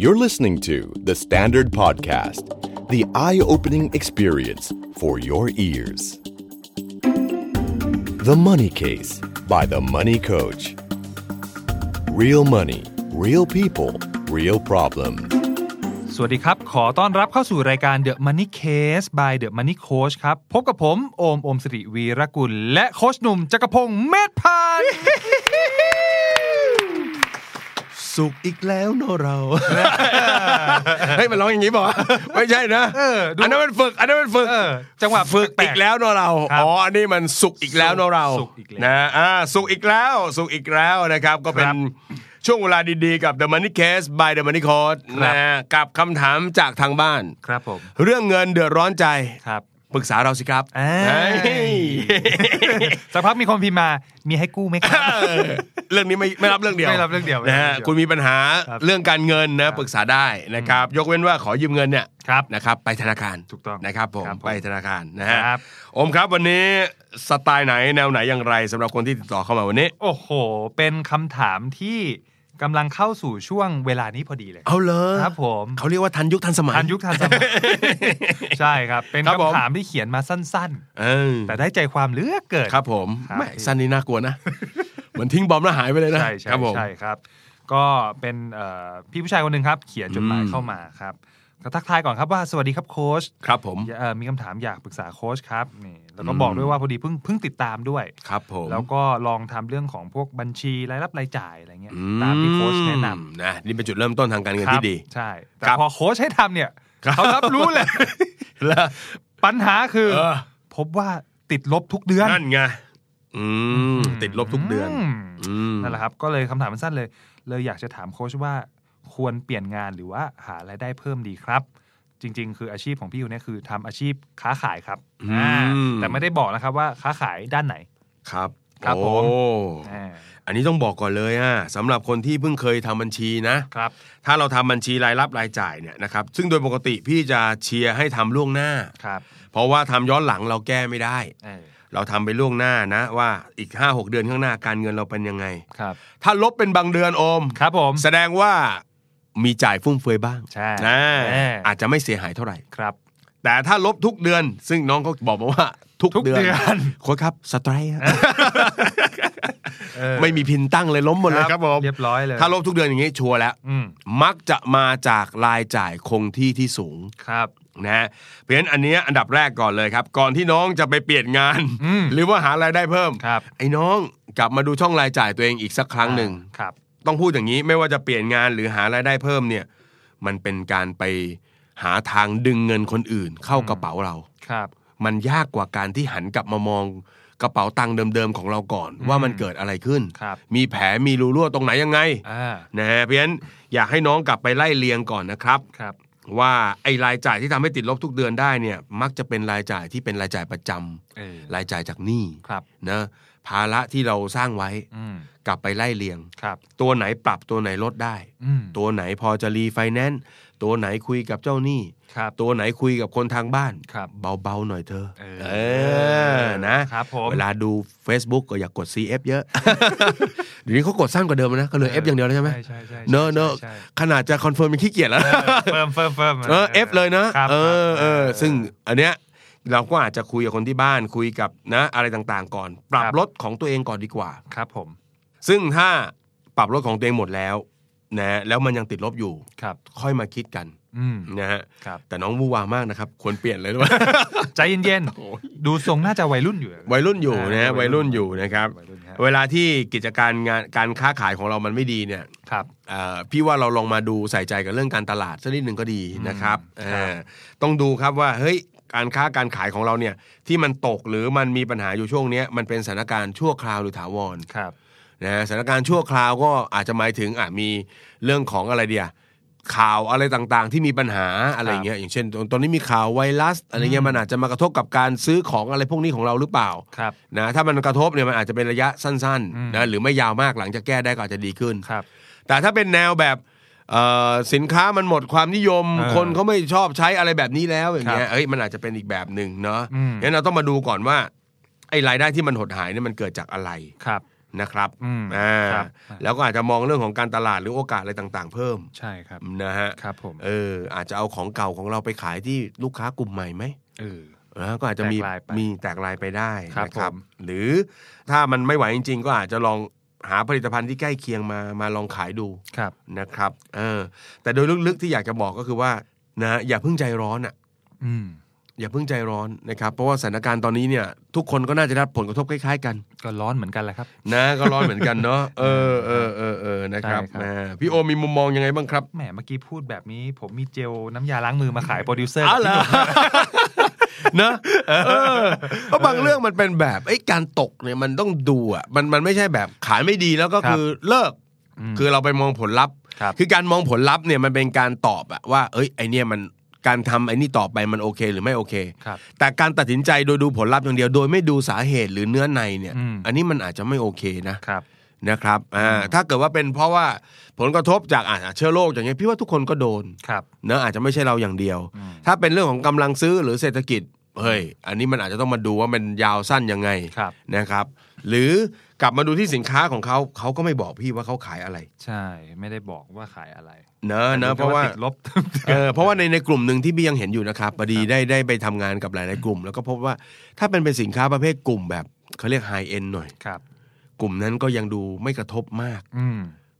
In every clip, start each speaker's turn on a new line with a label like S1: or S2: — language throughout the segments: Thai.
S1: You're listening to The Standard Podcast, the eye opening experience for your ears. The Money Case by The Money Coach. Real money, real people, real problem.
S2: สวัสดีครับ ขอต้อนรับเข้าสู่รายการ The Money Case by The Money Coach ครับ พบกับผม โอม โอมสิริวีรกุล และโคชหนุ่มจักรพงศ์เมธพันธ์
S3: สุขอีกแล้วเนอะเรา เฮ้ยมันร้องอย่างนี้บอก ไม่ใช่นะ
S2: เออดู
S3: อันนั้นมันฝึก อันนั้นมันฝึก
S2: เออจังหวะ
S3: ฝึก
S2: แปลกๆ
S3: อีกแล้วเนอะเรา
S2: ครับ
S3: อ๋ออันนี้มันสุขอีกแล้วเนอะเรา
S2: สุขอีกแล้ว
S3: นะอ่าสุขอีกแล้วสุขอีกแล้วนะครับ ก็เป็
S2: ครั
S3: น
S2: บ
S3: ช่วงเวลาดีๆกับ The Money Case by The Money Coach
S2: ครับ
S3: นะฮะกับคำถามจากทางบ้าน
S2: ครับผม
S3: เรื่องเงินเดือดร้อนใจ
S2: ครับ
S3: ปรึกษาเราสิครับ
S2: อ่า
S3: เฮ้ย
S2: สักพักมีคนพิมพ์มา มีให้กู้ไหมครับ
S3: เออ เรื่องนี้ไม่ไม่รับเรื่องเดียว
S2: ไม่รับเรื่องเดียวไม่รับ
S3: นะฮะ
S2: เรื่องเดียว
S3: คุณมีปัญหา
S2: ครับ
S3: เรื่องการเงินนะปรึกษาได้นะครับ ยกเว้นว่าขอยืมเงินเนี่ย
S2: ครับ
S3: นะครับไปธนาคาร
S2: ถูกต้อง
S3: นะครับผม
S2: ครับผม
S3: ไปธนาคารนะฮะ
S2: ครับ
S3: โอมครับวันนี้สไตล์ไหนแนวไหนอย่างไรสำหรับคนที่ติดต่อเข้ามาวันนี้
S2: โอ้โห เป็นคำถามที่กำลังเข้าสู่ช่วงเวลานี้พอดีเลย
S3: เอาเลย
S2: ครับผม
S3: เขาเรียกว่าทันยุคทันสมัย
S2: ทันยุคทันสมัย ใช่ครับ เป็น
S3: ครับผม
S2: คำถามที่เขียนมาสั้น
S3: เออ
S2: ๆ แต่ได้ใจความเหลือเกิน
S3: ครับผม
S2: ครับ
S3: แหม่สั้นนี่น่ากลั วนะ เหมือนทิ้งบอมแล้วหายไปเลยนะ
S2: ใช่ใช่
S3: ครับผม
S2: ใช่ครับ ก็เป็นเอ่อพี่ผู้ชายคนหนึ่งครับ เขียนจดหมาย
S3: อืม
S2: เข้ามาครับก็ทักทายก่อนครับว่าสวัสดีครับโค้ช
S3: ครับผม
S2: อย่าเอ่อมีคำถามอยากปรึกษาโค้ชครับนี่แล้วก็บอกด้วยว่าพอดีเพิ่งเพิ่งติดตามด้วย
S3: ครับผม
S2: แล้วก็ลองทำเรื่องของพวกบัญชีรายรับรายจ่ายอะไรเงี้ยตามที่โค้ชแนะนำ
S3: นะนี่เป็นจุดเริ่มต้นทางการเงิน
S2: ครั
S3: ที่ดี
S2: ใช่ แต่
S3: ครับ
S2: พอโค้ชให้ทำเนี่ยเขารับรู้เลย
S3: แล้ว
S2: ปัญหาคือ
S3: เออ
S2: พบว่าติดลบทุกเดือน
S3: นั่นไงอืมติดลบทุกเดือน
S2: ม
S3: อืม
S2: นั่นแหละครับ ก็เลยคำถามมันสั้นเลย เลยอยากจะถามโค้ชว่าควรเปลี่ยนงานหรือว่าหารายได้เพิ่มดีครับ จริง ๆ คืออาชีพของพี่อยู่เนี่ยคือทำอาชีพค้าขายครับอ่า
S3: อืม
S2: แต่ไม่ได้บอกนะครับว่าค้าขายด้านไหน
S3: ครับ
S2: ครับผม
S3: โอ้
S2: อ่า
S3: อันนี้ต้องบอกก่อนเลยอ่ะสำหรับคนที่เพิ่งเคยทำบัญชีนะ
S2: ครับ
S3: ถ้าเราทำบัญชีรายรับรายจ่ายเนี่ยนะครับซึ่งโดยปกติพี่จะเชียร์ให้ทำล่วงหน้า
S2: ครับ
S3: เพราะว่าทำย้อนหลังเราแก้ไม่ได้
S2: เออ
S3: เราทำไปล่วงหน้านะว่าอีก 5 6 เดือนข้างหน้าการเงินเราเป็นยังไง
S2: ครับ
S3: ถ้าลบเป็นบางเดือนโอม
S2: ครับผม
S3: แสดงว่ามีจ่ายฟุ่มเฟือยบ้าง
S2: ใช่
S3: นะ
S2: เอออ
S3: อาจจะไม่เสียหายเท่าไหร่
S2: ครับ
S3: แต่ถ้าลบทุกเดือน ซึ่งน้องเขาบอกมาว่า ทุก
S2: ทุกเดือน
S3: โค้ชครับสไตร์ครับ
S2: เออ
S3: ไม่มีพินตั้งเลยล้มหมดเลยครับผม
S2: เรียบร้อยเลย
S3: ถ้าลบทุกเดือนอย่างนี้ชัวร์แล้ว
S2: อืม
S3: มักจะมาจากรายจ่ายคงที่ที่สูง
S2: ครับ
S3: นะฮะเพราะฉะนั้นอันเนี้ยอันดับแรกก่อนเลยครับ ก่อนที่น้องจะไปเปลี่ยนงาน
S2: อืม
S3: หรือว่าหารายได้เพิ่ม
S2: ครับ
S3: ไอ้น้องกลับมาดูช่องรายจ่ายตัวเองอีกสักครั้งหนึ่ง
S2: อ่าครับ
S3: ต้องพูดอย่างนี้ไม่ว่าจะเปลี่ยนงานหรือหารายได้เพิ่มเนี่ย มันเป็นการไปหาทางดึงเงินคนอื่น เข้ากระเป๋าเรา
S2: ครับ
S3: มันยากกว่าการที่หันกลับมามองกระเป๋าตังค์เดิมๆของเราก่อน ว่ามันเกิดอะไรขึ้น
S2: ครับ
S3: มีแผลมีรูรั่วตรงไหนยังไง
S2: อ่า
S3: นะฮะเพราะฉะนั้นอยากให้น้องกลับไปไล่เลียงก่อนนะครับ
S2: ครับ
S3: ว่าไอ้รายจ่ายที่ทำให้ติดลบทุกเดือนได้เนี่ยมักจะเป็นรายจ่ายที่เป็นรายจ่ายประจำ
S2: เออ
S3: รายจ่ายจากหนี้
S2: ครับ
S3: นะภาระที่เราสร้างไว้
S2: อืม
S3: กลับไปไล่เลียง
S2: ครับ
S3: ตัวไหนปรับตัวไหนลดได้
S2: อืม
S3: ตัวไหนพอจะรีไฟแนนซ์ตัวไหนคุยกับเจ้าหนี้
S2: ครับ
S3: ตัวไหนคุยกับคนทางบ้าน
S2: ครับ
S3: เบาๆหน่อยเธอ
S2: เออ
S3: อนะ
S2: ครับผม
S3: เวลาดู Facebook ก็อย่ากกด CF เยอะ เดี๋ยวนี้เขากดสั้นกว่าเดิมนะก็เหลือ F อย่างเดียวแล้วใช่ไหม
S2: ใช่ใช่ใช่
S3: เนอะเนอะ
S2: ใช่ใช่
S3: ขนาดจะคอนเฟิร์มเป็นขี้เกียจแล้วนะ
S2: เฟิร์มเฟิร์มเฟิร์ม
S3: เออเอฟเลยนะครับ เออเออ
S2: ครับ
S3: ซึ่งอันเนี้ยเราก็อาจจะคุยกับคนที่บ้านคุยกับนะอะไรต่างๆ ก่อน ปรับ
S2: ครับ
S3: ลดของตัวเองก่อนดีกว่า
S2: ครับผม
S3: ซึ่งถ้าปรับลดของตัวเองหมดแล้วนะแล้วมันยังติดลบอยู่
S2: ครับ
S3: ค่อยมาคิดกัน
S2: อืม
S3: นะฮะ
S2: ครับ
S3: แต่น้องวูวามากนะครับ ควรเปลี่ยนเลยด้วย
S2: ใจเย็นๆ ดูทรงน่าจะวัยรุ่นอยู่
S3: วัยรุ่นอยู่นะฮะ
S2: วั
S3: วั
S2: ยรุ่
S3: ยรุ่
S2: น
S3: นอยู่นะครับ
S2: วัยรุ่นฮะ
S3: เวลาที่กิจการงานการค้าขายของเรามันไม่ดีเนี่ย
S2: ครับ
S3: เอ่อพี่ว่าเราลองมาดูใส่ใจกับเรื่องการตลาดสักนิดหนึ่งก็ดีนะครับ
S2: อืม
S3: เอ่อต้องดูครับว่าเฮ้ยการค้าการขายของเราเนี่ยที่มันตกหรือมันมีปัญหาอยู่ช่วงเนี้ยมันเป็นสถานการณ์ชั่วคราวหรือถาวร
S2: ครับ
S3: นะฮะสถานการณ์ชั่วคราวก็อาจจะหมายถึงอ่ะมีเรื่องของอะไรเดียข่าวอะไรต่างๆ ที่มีปัญหาอะไรเงี้ยอย่างเช่นตอนตอนนี้มีข่าวไวรัสอะไรเงี้ยมันอาจจะมากระทบกับการซื้อของอะไรพวกนี้ของเราหรือเปล่า
S2: ครับ
S3: นะถ้ามันกระทบเนี่ยมันอาจจะเป็นระยะสั้น
S2: อืม
S3: ๆนะหรือไม่ยาวมากหลังจากแก้ได้ก็อาจจะดีขึ้น
S2: ครับ
S3: แต่ถ้าเป็นแนวแบบเอ่อสินค้ามันหมดความนิยม
S2: เออ
S3: คนเขาไม่ชอบใช้อะไรแบบนี้แล้วอย่างเงี้
S2: ครั
S3: ย
S2: บ
S3: เอ้ยมันอาจจะเป็นอีกแบบหนึ่งเนาะ
S2: อืม
S3: งั้นเราต้องมาดูก่อนว่าไอ้รายได้ที่มันหดหายเนี่ยมันเกิดจากอะไร
S2: ครับ
S3: นะครับ
S2: อืม
S3: อ่า
S2: ครับ
S3: แล้วก็อาจจะมองเรื่องของการตลาดหรือโอกาสอะไรต่างๆ เพิ่ม
S2: ใช่ครับ
S3: นะฮะ
S2: ครับผม
S3: เอออาจจะเอาของเก่าของเราไปขายที่ลูกค้ากลุ่มใหม่ไหม
S2: เออ
S3: อ่าก็อาจจะมี
S2: แตกลายไป
S3: มีแตกลายไปได้
S2: ครับ
S3: นะครั
S2: ผ
S3: บ
S2: ม
S3: หรือถ้ามันไม่ไหวจริง ๆ ก็อาจจะลองหาผลิตภัณฑ์ที่ใกล้เคียงมามาลองขายดู
S2: ครับ
S3: นะครับเออแต่โดยลึกๆที่อยากจะบอกก็คือว่านะอย่าเพิ่งใจร้อนอ่ะ
S2: อืม
S3: อย่าเพิ่งใจร้อนนะครับ เพราะว่าสถานการณ์ตอนนี้เนี่ย ทุกคนก็น่าจะได้รับผลกระทบคล้ายๆกัน
S2: ก็ร้อนเหมือนกันแหละครับ
S3: นะก็ร้อนเหมือนกัน เนาะเออเออเออเออนะครับ
S2: ใช่ครับ
S3: นะพี่โอมีมุมมองยังไงบ้างครับ
S2: แหมเมื่อกี้พูดแบบนี้ ผมมีเจลน้ำยาล้างมือมาขายโปรดิวเซอร์
S3: วเหรอเนอะเออเพราะบางเรื่องมันเป็นแบบไอ้ยการตกเนี่ยมันต้องดูอ่ะมันมันไม่ใช่แบบขายไม่ดีแล้วก็คือเลิก
S2: คื
S3: คือ อเราไปมองผลลัพธ์
S2: ครับ
S3: คือการมองผลลัพธ์เนี่ยมันเป็นการตอบอะว่า เอ้ย ไอเนี่ยมันการทำไอนี่ต่อไปมันโอเคหรือไม่โอเค
S2: ครับ
S3: แต่การตัดสินใจโดยดูผลลัพธ์อย่างเดียว โดยไม่ดูสาเหตุหรือเนื้อในเนี่ย
S2: อืม
S3: อันนี้มันอาจจะไม่โอเคนะครับ นะครับ อ่า ถ้าเกิดว่าเป็นเพราะว่าผลกระทบจากอ่าเชื้อโรคอย่างเงี้ยพี่ว่าทุกคนก็โดน
S2: ครับ
S3: เนอะอาจจะไม่ใช่เราอย่างเดียว
S2: อืม
S3: ถ้าเป็นเรื่องของกำลังซื้อหรือเศรษฐกิจ เฮ้ย อันนี้มันอาจจะต้องมาดูว่ามันยาวสั้นยังไง
S2: ครับ
S3: นะครับ หรือกลับมาดูที่สินค้าของเขาเขาก็ไม่บอกพี่ว่าเขาขายอะไร
S2: ใช่ ไม่ได้บอกว่าขายอะไร
S3: เนอะเนอะเพราะว่า
S2: ติดลบ
S3: เออเพราะว่าในในกลุ่มหนึ่งที่พี่ยังเห็นอยู่นะครับพอดีได้ได้ไปทำงานกับหลายๆกลุ่ม แล้วก็พบว่าถ้าเป็นเป็นสินค้าประเภทกลุ่มแบบเขาเรียกไฮเอ็นหน่อย
S2: ครับ
S3: กลุ่มนั้นก็ยังดูไม่กระทบมาก
S2: อืม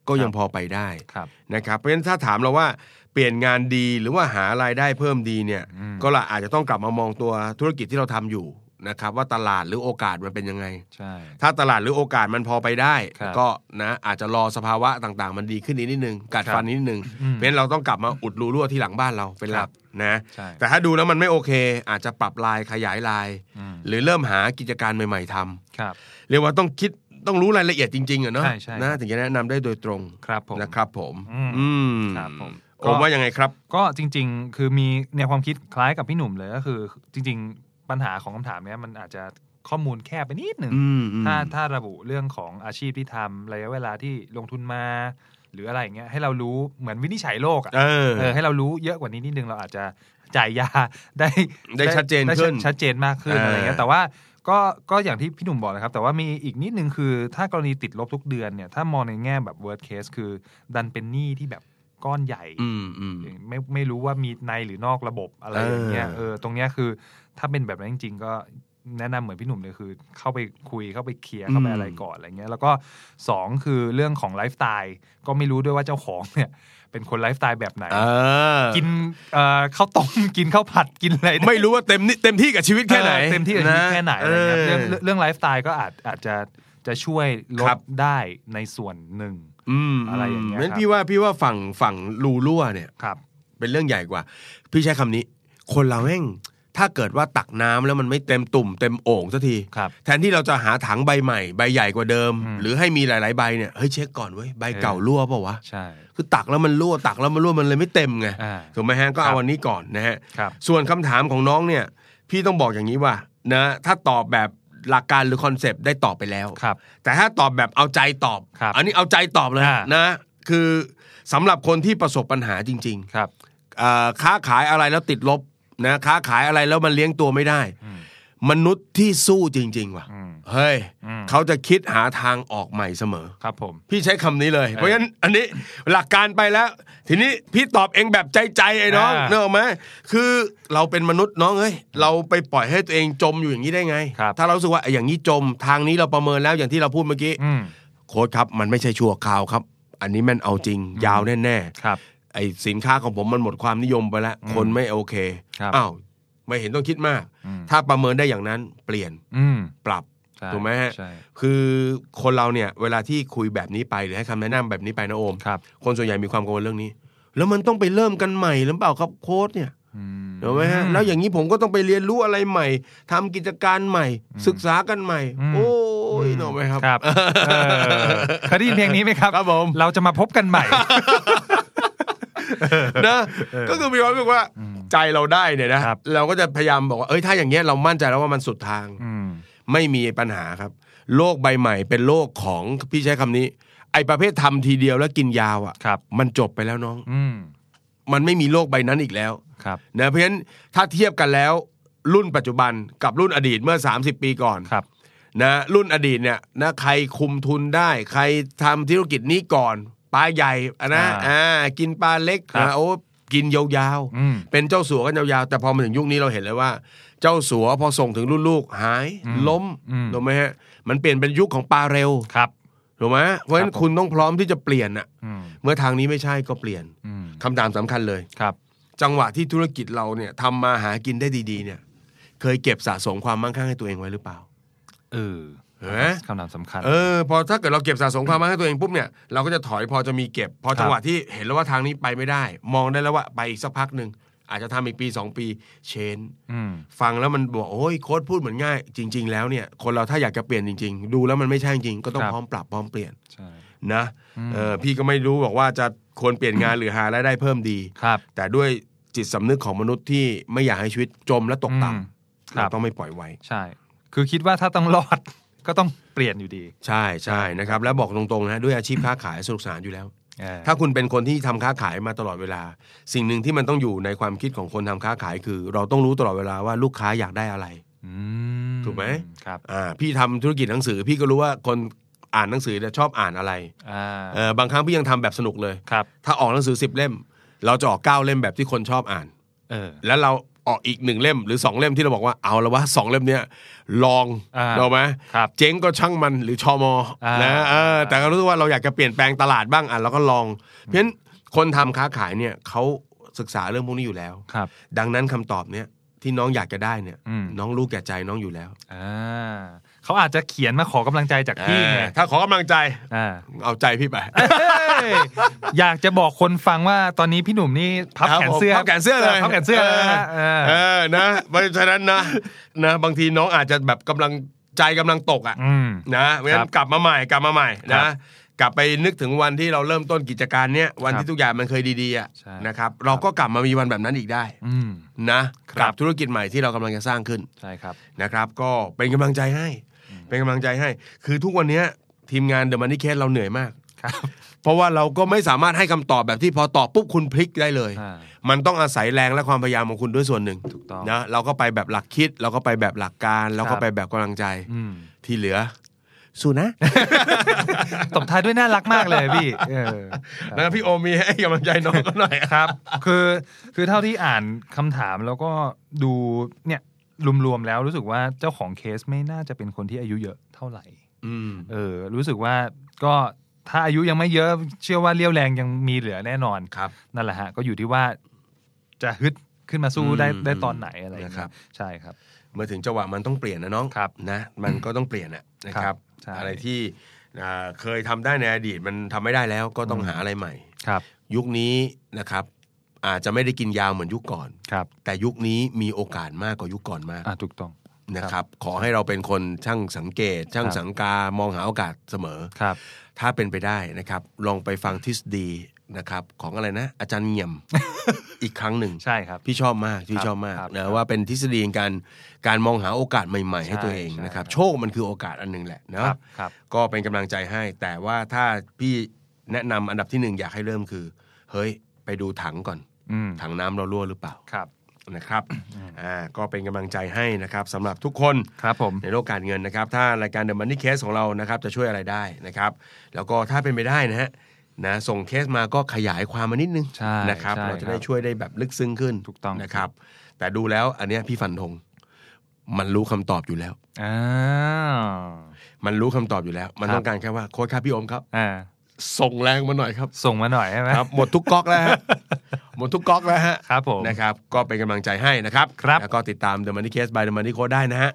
S3: ก็ยังพอไปได้
S2: ครับ
S3: นะครับเพราะฉะนั้นถ้าถามเราว่าเปลี่ยนงานดีหรือว่าหารายได้เพิ่มดีเนี่ย
S2: อืม
S3: ก็ละอาจจะต้องกลับมามองตัวธุรกิจที่เราทำอยู่นะครับว่าตลาดหรือโอกาสมันเป็นยังไง
S2: ใช่
S3: ถ้าตลาดหรือโอกาสมันพอไปได้
S2: ครับ
S3: ก็นะอาจจะรอสภาวะต่างๆ มันดีขึ้นอีกนิดนึงกัดฟันนิดนึง
S2: อืม
S3: เพราะฉะนั้นเราต้องกลับมาอุดรูรั่วที่หลังบ้านเราเป็นหลักนะ
S2: ใช่
S3: แต่ถ้าดูแล้วมันไม่โอเค อาจจะปรับลายขยายลาย
S2: อืม
S3: หรือเริ่มหากิจการใหม่ ๆทำ
S2: ครับ
S3: เรียกว่าต้องคิดต้องรู้รายละเอียดจริงๆอะเนาะ
S2: ใช่ใช่
S3: นะถึงจะแนะนำได้โดยตรง
S2: ครับผม
S3: นะครับผม
S2: อืม
S3: ม
S2: ครับผมก็
S3: ผมว่ายังไงครับ
S2: ก็จริง ๆ คือมีแนวความคิดคล้ายกับพี่หนุ่มเลยก็คือ จริง ๆ ปัญหาของคำถามเนี้ยมันอาจจะข้อมูลแคบไปนิดหนึ่ง
S3: อืมอืม
S2: ถ้าถ้าระบุเรื่องของอาชีพที่ทำระยะเวลาที่ลงทุนมา หรืออะไรอย่างเงี้ยให้เรารู้เหมือนวินิจฉัยโรคอะ
S3: เออ
S2: เออให้เรารู้เยอะกว่านี้นิดนึงเราอาจจะจ่ายยา ได้
S3: ได้ชัดเจน
S2: ไ
S3: ขึ้น
S2: ชัดเจนมากขึ้น
S3: เอออ
S2: อะไรเงี้ยแต่ว่าก็ก็อย่างที่พี่หนุ่มบอกนะครับ แต่ว่ามีอีกนิดนึงคือ ถ้ากรณีติดลบทุกเดือนเนี่ยถ้ามองในแง่แบบ worst case คือ ดันเป็นหนี้ที่แบบก้อนใหญ่
S3: ืมอืม
S2: ไม่ไม่รู้ว่ามีในหรือนอกระบบอะไรอย่างเงี้ย
S3: เออ
S2: เออตรงเนี้ยคือ ถ้าเป็นแบบนั้นจริง ๆ ก็แนะนำเหมือนพี่หนุ่มเลยคือ เข้าไปคุยเข้าไปเคลียร์เข้าไปอะไรก่อนอะไรเงี้ยแล้วก็สองคือเรื่องของไลฟ์สไตล์ก็ไม่รู้ด้วยว่าเจ้าของเนี่ย เป็นคนไลฟ์สไตล์แบบไหน
S3: เออ
S2: กินเอ่อข้าวต้ม กินข้าวผัดกินอะไร
S3: ไม่รู้ว่าเต็มนี่เต็มที่กับชีวิตแค่ไหน
S2: เออเต็มที่กับชีวิตแค่ไหนอะไรเงี้ย
S3: นะ
S2: เรื่องเรื่องไลฟ์สไตล์ก็อาจอาจจะจะช่วยล
S3: ครั
S2: ด
S3: บ
S2: ได้ในส่วนหนึ่ง
S3: ม
S2: อะไรอย่างเงี้ย
S3: นั้น
S2: ครับ
S3: พี่ว่าพี่ว่าฝั่งฝั่งรูรั่วเนี่ย
S2: ครับ
S3: เป็นเรื่องใหญ่กว่า พี่ใช้คำนี้ คนเราแม่งถ้าเกิดว่าตักน้ำแล้วมันไม่เต็มตุ่มเต็มโอ่งสักที
S2: ครับ
S3: แทนที่เราจะหาถังใบใหม่ ใบใหญ่กว่าเดิม
S2: อืม
S3: หรือให้มีหลาย ๆ ใบเนี่ยเฮ้ยเช็คก่อนเว้ยใบ
S2: เออ
S3: เก่ารั่วเปล่าวะ
S2: ใช่
S3: คือตักแล้วมันรั่วตักแล้วมันรั่วมันเลยไม่เต็มไง
S2: อ่า
S3: ถูกไหมฮะก็
S2: ค
S3: เอา
S2: รับ
S3: วันนี้ก่อนนะฮะ
S2: ครับ
S3: ส่วนคำถามของน้องเนี่ย พี่ต้องบอกอย่างนี้ว่านะถ้าตอบแบบหลักการหรือคอนเซปต์ได้ตอบไปแล้ว
S2: ครับ
S3: แต่ถ้าตอบแบบเอาใจตอบ
S2: ครับ
S3: อันนี้เอาใจตอบเลย
S2: อ่า
S3: นะ คือสำหรับคนที่ประสบปัญหาจริง
S2: ครับ
S3: ๆเอ่อค้าขายอะไรแล้วติดลบนะค้าขายอะไรแล้วมันเลี้ยงตัวไม่ได้
S2: อืม
S3: มนุษย์ที่สู้จริง ๆ ว่ะ
S2: อืม
S3: เฮ้ย
S2: อืม
S3: เขาจะคิดหาทางออกใหม่เสมอ
S2: ครับผม
S3: พี่ใช้คำนี้เลย เพราะฉะนั้นอันนี้หลักการไปแล้ว ทีนี้พี่ตอบเองแบบใจใจๆไอ้น้อง
S2: อ่า
S3: เนกอะไหมคือเราเป็นมนุษย์น้องเอ้ยเราไปปล่อยให้ตัวเองจมอยู่อย่างนี้ได้ไง
S2: ครับ
S3: ถ้าเรารู้สึกว่าไอ้อย่างนี้จมทางนี้เราประเมินแล้วอย่างที่เราพูดเมื่อกี้
S2: อืม
S3: โค้ดครับ มันไม่ใช่ชั่วคราวครับ อันนี้มันเอาจริง ยาวแน่
S2: ครับ
S3: ๆไอสินค้าของผมมันหมดความนิยมไปแล้ว คนไม่โอเค
S2: ครับ
S3: อ้าวไม่เห็นต้องคิดมาก
S2: อืม
S3: ถ้าประเมินได้อย่างนั้นเปลี่ยน
S2: อืม
S3: ปรับ
S2: ใช่
S3: ถูกไหมฮะ
S2: ใช่
S3: คือคนเราเนี่ย เวลาที่คุยแบบนี้ไปหรือให้คำแนะนำแบบนี้ไปนะโอม
S2: ครับ
S3: คนส่วนใหญ่มีความกังวลเรื่องนี้ แล้วมันต้องไปเริ่มกันใหม่หรือเปล่าครับโค้ดเนี่ย
S2: อืม
S3: ถูกไหมฮะแล้วอย่างนี้ผมก็ต้องไปเรียนรู้อะไรใหม่ทำกิจการใหม่ ศึกษากันใหม่
S2: อืม
S3: โอ้ยถูกไหมครับ
S2: ครับเออเคยได้ยินเพลงนี้ไหมครับ
S3: ครับผม
S2: เราจะมาพบกันใหม่
S3: นะก็คือมีความรู้สึกว่าใจเราได้เนี่ยนะครับ เราก็จะพยายามบอกว่าเอ้ยถ้าอย่างเงี้ยเรามั่นใจแล้วว่ามันสุดทาง
S2: อืม
S3: ไม่มีปัญหาครับโลกใบใหม่เป็นโลกของพี่ใช้คำนี้ ไอ้ประเภททำทีเดียวแล้วกินยาวอ่ะ
S2: ครับ
S3: มันจบไปแล้วน้อง
S2: อืม
S3: มันไม่มีโลกใบนั้นอีกแล้ว
S2: ครับ
S3: นะเพราะฉะนั้นถ้าเทียบกันแล้ว รุ่นปัจจุบันกับรุ่นอดีตเมื่อ 30 ปีก่อน
S2: ครับ
S3: นะรุ่นอดีตเนี่ยนะใครคุมทุนได้ ใครทำธุรกิจนี้ก่อนปลาใหญ่อะนะ
S2: อ่า
S3: อ่ากินปลาเล็ก
S2: ครับ
S3: นะโอ้กินยาว
S2: อืม
S3: ๆ เป็นเจ้าสัวกันยาวๆ แต่พอมาถึงยุคนี้เราเห็นเลยว่า เจ้าสัวพอส่งถึงรุ่นลูกหาย
S2: อืม
S3: ล้ม
S2: อืม
S3: ถูกไหมฮะมันเปลี่ยนเป็นยุคของปลาเร็ว
S2: ครับ
S3: ถูกไหมเพราะฉะ
S2: ค
S3: นั้
S2: รับ
S3: น
S2: ผม
S3: คุณต้องพร้อมที่จะเปลี่ยนอะ
S2: อืม
S3: เมื่อทางนี้ไม่ใช่ก็เปลี่ยน
S2: อืม
S3: คำตามสำคัญเลย
S2: ครับ
S3: จังหวะที่ธุรกิจเราเนี่ยทำมาหากินได้ดีๆเนี่ย เคยเก็บสะสมความมั่งคั่งให้ตัวเองไว้หรือเปล่า
S2: เออ
S3: เห็นไหม
S2: คำนามสำคัญ
S3: เออพอถ้าเกิดเราเก็บสะสมความมั่งคั่งให้ตัวเองปุ๊บเนี่ยเราก็จะถอยพอจะมีเก็บ พอจังหวะที่เห็นแล้วว่าทางนี้ไปไม่ได้ มองได้แล้วว่าไปอีกสักพักหนึ่งอาจจะทำอีกปี 2 ปีเชน
S2: อืม
S3: ฟังแล้วมันบอกโอ้ยโค้ดพูดเหมือนง่าย จริง ๆ แล้วเนี่ยคนเราถ้าอยากจะเปลี่ยนจริง ๆ ดูแล้วมันไม่ใช่จริงก็ต้อง
S2: ครับ
S3: พร้อมปรับพร้อมเปลี่ยน
S2: ใช่
S3: นะเออพี่ก็ไม่รู้บอกว่าจะควรเปลี่ยนงานหรือหารายได้เพิ่มดี
S2: ครับ
S3: แต่ด้วยจิตสำนึกของมนุษย์ที่ไม่อยากให้ชีวิตจมและตกต่
S2: อืมค
S3: ำ
S2: รั
S3: เรา
S2: บ
S3: ต้องไม่ปล่อยไว้
S2: ใช่ คือคิดว่าถ้าต้องรอด ก็ต้องเปลี่ยนอยู่ดี
S3: ใช่ใช่นะครับ แล้วบอกตรงๆนะด้วยอาชีพค้าขายสนุกสนานอยู่แล้ว
S2: เออ
S3: ถ้าคุณเป็นคนที่ทำค้าขายมาตลอดเวลา สิ่งหนึ่งที่มันต้องอยู่ในความคิดของคนทำค้าขายคือ เราต้องรู้ตลอดเวลาว่าลูกค้าอยากได้อะไร
S2: อืม
S3: ถูกไหม
S2: ครับ
S3: อ่าพี่ทำธุรกิจหนังสือ พี่ก็รู้ว่าคนอ่านหนังสือเนี่ยชอบอ่านอะไร
S2: อ่า
S3: เออบางครั้งพี่ยังทำแบบสนุกเลย
S2: ครับ
S3: ถ้าออกหนังสือสิบเล่ม เราจะออกเก้าเล่มแบบที่คนชอบอ่าน
S2: เออ
S3: แล้วเราออกอีกหนึ่งเล่มหรือสองเล่มที่เราบอกว่าเอาละวะสองเล่มเนี้ยลอง
S2: อ่า
S3: เอาไหม
S2: ครับ
S3: เจ๊งก็ช่างมันหรือชอม
S2: อ่าน
S3: นะเออแต่ก็รู้สึกว่าเราอยากจะเปลี่ยนแปลงตลาดบ้างอ่ะเราก็ลอง เพราะฉะนั้นคนทำค้าขายเนี่ยเขาศึกษาเรื่องพวกนี้อยู่แล้ว
S2: ครับ
S3: ดังนั้นคำตอบเนี่ยที่น้องอยากจะได้เนี่ย
S2: อืม
S3: น้องรู้แก่ใจน้องอยู่แล้ว
S2: อ่าเขาอาจจะเขียนมาขอกำลังใจจากพี่ไง
S3: เออถ้าขอกำลังใจ
S2: อ่า
S3: เอาใจพี่ไป
S2: เอ้ยอยากจะบอกคนฟังว่าตอนนี้พี่หนุ่มนี่พับ
S3: ครับ
S2: แขน
S3: ผม
S2: เสื้อ
S3: พับแขนเสื้อเลย
S2: พับแขนเสื้อแล้วนะเออ
S3: เออนะเพราะฉะนั้นนะนะบางทีน้องอาจจะแบบกำลังใจกำลังตกอ่ะ
S2: อืม
S3: นะเพราะฉะ
S2: ค
S3: นั้
S2: รั
S3: น
S2: บ
S3: กลับมาใหม่กลับมาใหม่
S2: ครั
S3: นะ
S2: บ
S3: กลับไปนึกถึงวันที่เราเริ่มต้นกิจการเนี้ยวัน
S2: ครับ
S3: ที่ทุกอย่างมันเคยดีๆอะ
S2: ใช่
S3: นะครับเราก็กลับมามีวันแบบนั้นอีกได้
S2: อืม
S3: นะครับ กัธุรกิจใหม่ที่เรากำลังจะสร้างขึ้น
S2: ใช่ครับ
S3: นะครับ ก็เป็นกำลังใจให้ เป็นกำลังใจให้ คือทุกวันเนี้ยทีมงานเดอะมันนี่เคสเราเหนื่อยมาก
S2: ครับ
S3: เพราะว่าเราก็ไม่สามารถให้คำตอบแบบที่พอตอบปุ๊บคุณพลิกได้เลย
S2: อ่า
S3: มันต้องอาศัยแรงและความพยายามของคุณด้วยส่วนหนึ่ง
S2: ถูกต้อง
S3: นะเราก็ไปแบบหลักคิด เราก็ไปแบบหลักการ เรา
S2: ครั
S3: ก็
S2: บ
S3: ไปแบบกำลังใจ
S2: อืม
S3: ที่เหลือสู้ นะ
S2: ตบท้ายด้วยน่ารักมากเลยพี่เออ
S3: นะครับพี่โอมีให้กำลังใจน้องก็หน่อยค
S2: ครับ รับ คือคือเท่าที่อ่านคำถามแล้วก็ดูเนี่ยรวมๆแล้วรู้สึกว่าเจ้าของเคสไม่น่าจะเป็นคนที่อายุเยอะเท่าไหร่
S3: อืม
S2: เออ รู้สึกว่าก็ถ้าอายุยังไม่เยอะ เชื่อว่าเรี่ยวแรงยังมีเหลือแน่นอน
S3: ครับ
S2: นั่นแหละฮะ ก็อยู่ที่ว่าจะฮึดขึ้นมาสู้ได้
S3: อืม
S2: ได้ตอนไหนอะไรอย่างเงี้ย
S3: นะครับ
S2: ใช่ครับ
S3: เมื่อถึงจังหวะมันต้องเปลี่ยนนะน้อง
S2: ครับ
S3: นะมันก็ต้องเปลี่ยนอะนะ
S2: ค
S3: ค
S2: รั
S3: รับบ
S2: ใช่
S3: อะไรที่อ่าเคยทำได้ในอดีตมันทำไม่ได้แล้วก็ต้องหาอะไรใหม่
S2: ครับ
S3: ยุคนี้นะครับ อาจจะไม่ได้กินยาวเหมือนยุคก่อน
S2: ครับ
S3: แต่ยุคนี้มีโอกาสมากกว่ายุคก่อนมาก
S2: อ่ะถูกต้อง
S3: นะครับ ขอให้เราเป็นคนช่างสังเกต ช่าง
S2: ครับ
S3: สังกามองหาโอกาสเสมอ
S2: ครับ
S3: ถ้าเป็นไปได้นะครับ ลองไปฟังทฤษฎีนะครับ ของอะไรนะ อาจารย์เงี่ยม อีกครั้งหนึ่ง
S2: ใช่ครับ
S3: พี่ชอบมาก
S2: ค
S3: พี่
S2: รับ
S3: ชอบมาก
S2: ครับ
S3: นะว่าเป็นทฤษฎีการการมองหาโอกาสใหม่ๆ ให้ตัวเอง
S2: ใช่
S3: นะครับ
S2: ใช่
S3: โชคมันคือโอกาสอันหนึ่งแหละ
S2: ครั
S3: เนาะ
S2: บครับ
S3: ก็เป็นกำลังใจให้ แต่ว่าถ้าพี่แนะนำอันดับที่หนึ่งอยากให้เริ่มคือ เฮ้ย ไปดูถังก่อน
S2: อืม
S3: ถังน้ำเรารั่วหรือเปล่า
S2: ครับ
S3: นะครับอ่าก็เป็นกำลังใจให้นะครับสำหรับทุกคน
S2: ครับผม
S3: ในโลกการเงินนะครับ ถ้ารายการ The Money Case ของเรานะครับจะช่วยอะไรได้นะครับ แล้วก็ถ้าเป็นไปได้นะฮะนะส่งเคสมาก็ขยายความมานิดนึง
S2: ใช่
S3: นะครับ
S2: ใช่
S3: เราจะ
S2: ครับ
S3: ได้ช่วยได้แบบลึกซึ้งขึ้น
S2: ถูกต้อง
S3: นะครับ แต่ดูแล้วอันเนี้ยพี่ฟันธงมันรู้คำตอบอยู่แล้ว
S2: อ่า
S3: มันรู้คำตอบอยู่แล้ว มัน
S2: ครับ
S3: ต้องการแค่ว่าโค้ชครับพี่โอมครับ
S2: อ่า
S3: ส่งแรงมาหน่อยครับ
S2: ส่งมาหน่อยใช่ไหม
S3: ครับ หมดทุกก๊อก แล้วฮะหมดทุกก๊อกแล้วฮะ
S2: ครับผม
S3: นะครับ ก็เป็นกำลังใจให้นะครับ
S2: ครับ
S3: แล้วก็ติดตาม The Money Case by The Money Code ได้นะฮะ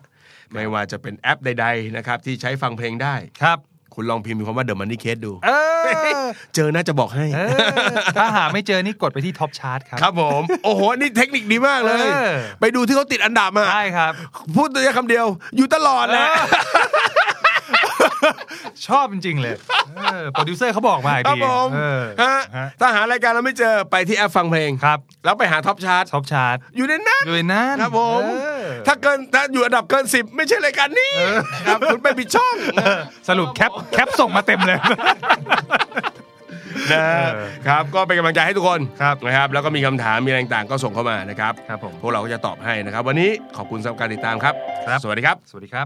S3: ไม่ว่าจะเป็นแอปใด ๆ นะครับ ที่ใช้ฟังเพลงได้
S2: ครับ
S3: คุณลองพิมพ์คำว่า The Money Case ดู
S2: เออ
S3: เจอน่าจะบอกให้
S2: เออถ้าหาไม่เจอนี่กดไปที่ท็อปชาร์ตครับ
S3: ครับผมโอ้โหนี่เทคนิคดีมากเลย
S2: เออ
S3: ไปดูที่เขาติดอันดับมา
S2: ได้ครับ
S3: พูดแต่คำเดียว อยู่ตลอดแหละ
S2: ชอบจริงๆเลยโปรดิวเซอร์เขาบอกมาอีก
S3: ครับ
S2: ที
S3: ผม
S2: เออ
S3: ฮะถ้าหารายการเราไม่เจอไปที่แอปฟังเพลง
S2: ครับ
S3: แล้วไปหาท็อปชาร์ต
S2: ท็อปชาร์ต
S3: อยู่ในนั้น
S2: ด้วยนั่น
S3: ครับผม
S2: เออ
S3: ถ้าเกินถ้าอยู่อันดับเกิน 10 ไม่ใช่รายการนี้ครับคุณไปผิดช่อง
S2: สรุปแคปแคปส่งมาเต็มเลย
S3: นะครับ ก็เป็นกำลังใจให้ทุกคน
S2: ครับ
S3: นะครับ แล้วก็มีคำถามมีอะไรต่างๆก็ส่งเข้ามานะครับ
S2: ครับผม
S3: พวกเราก็จะตอบให้นะครับ วันนี้ขอบคุณสำหรับการติดตามครับ
S2: ครับ
S3: สวัสดีครับ
S2: สวัสดีครับ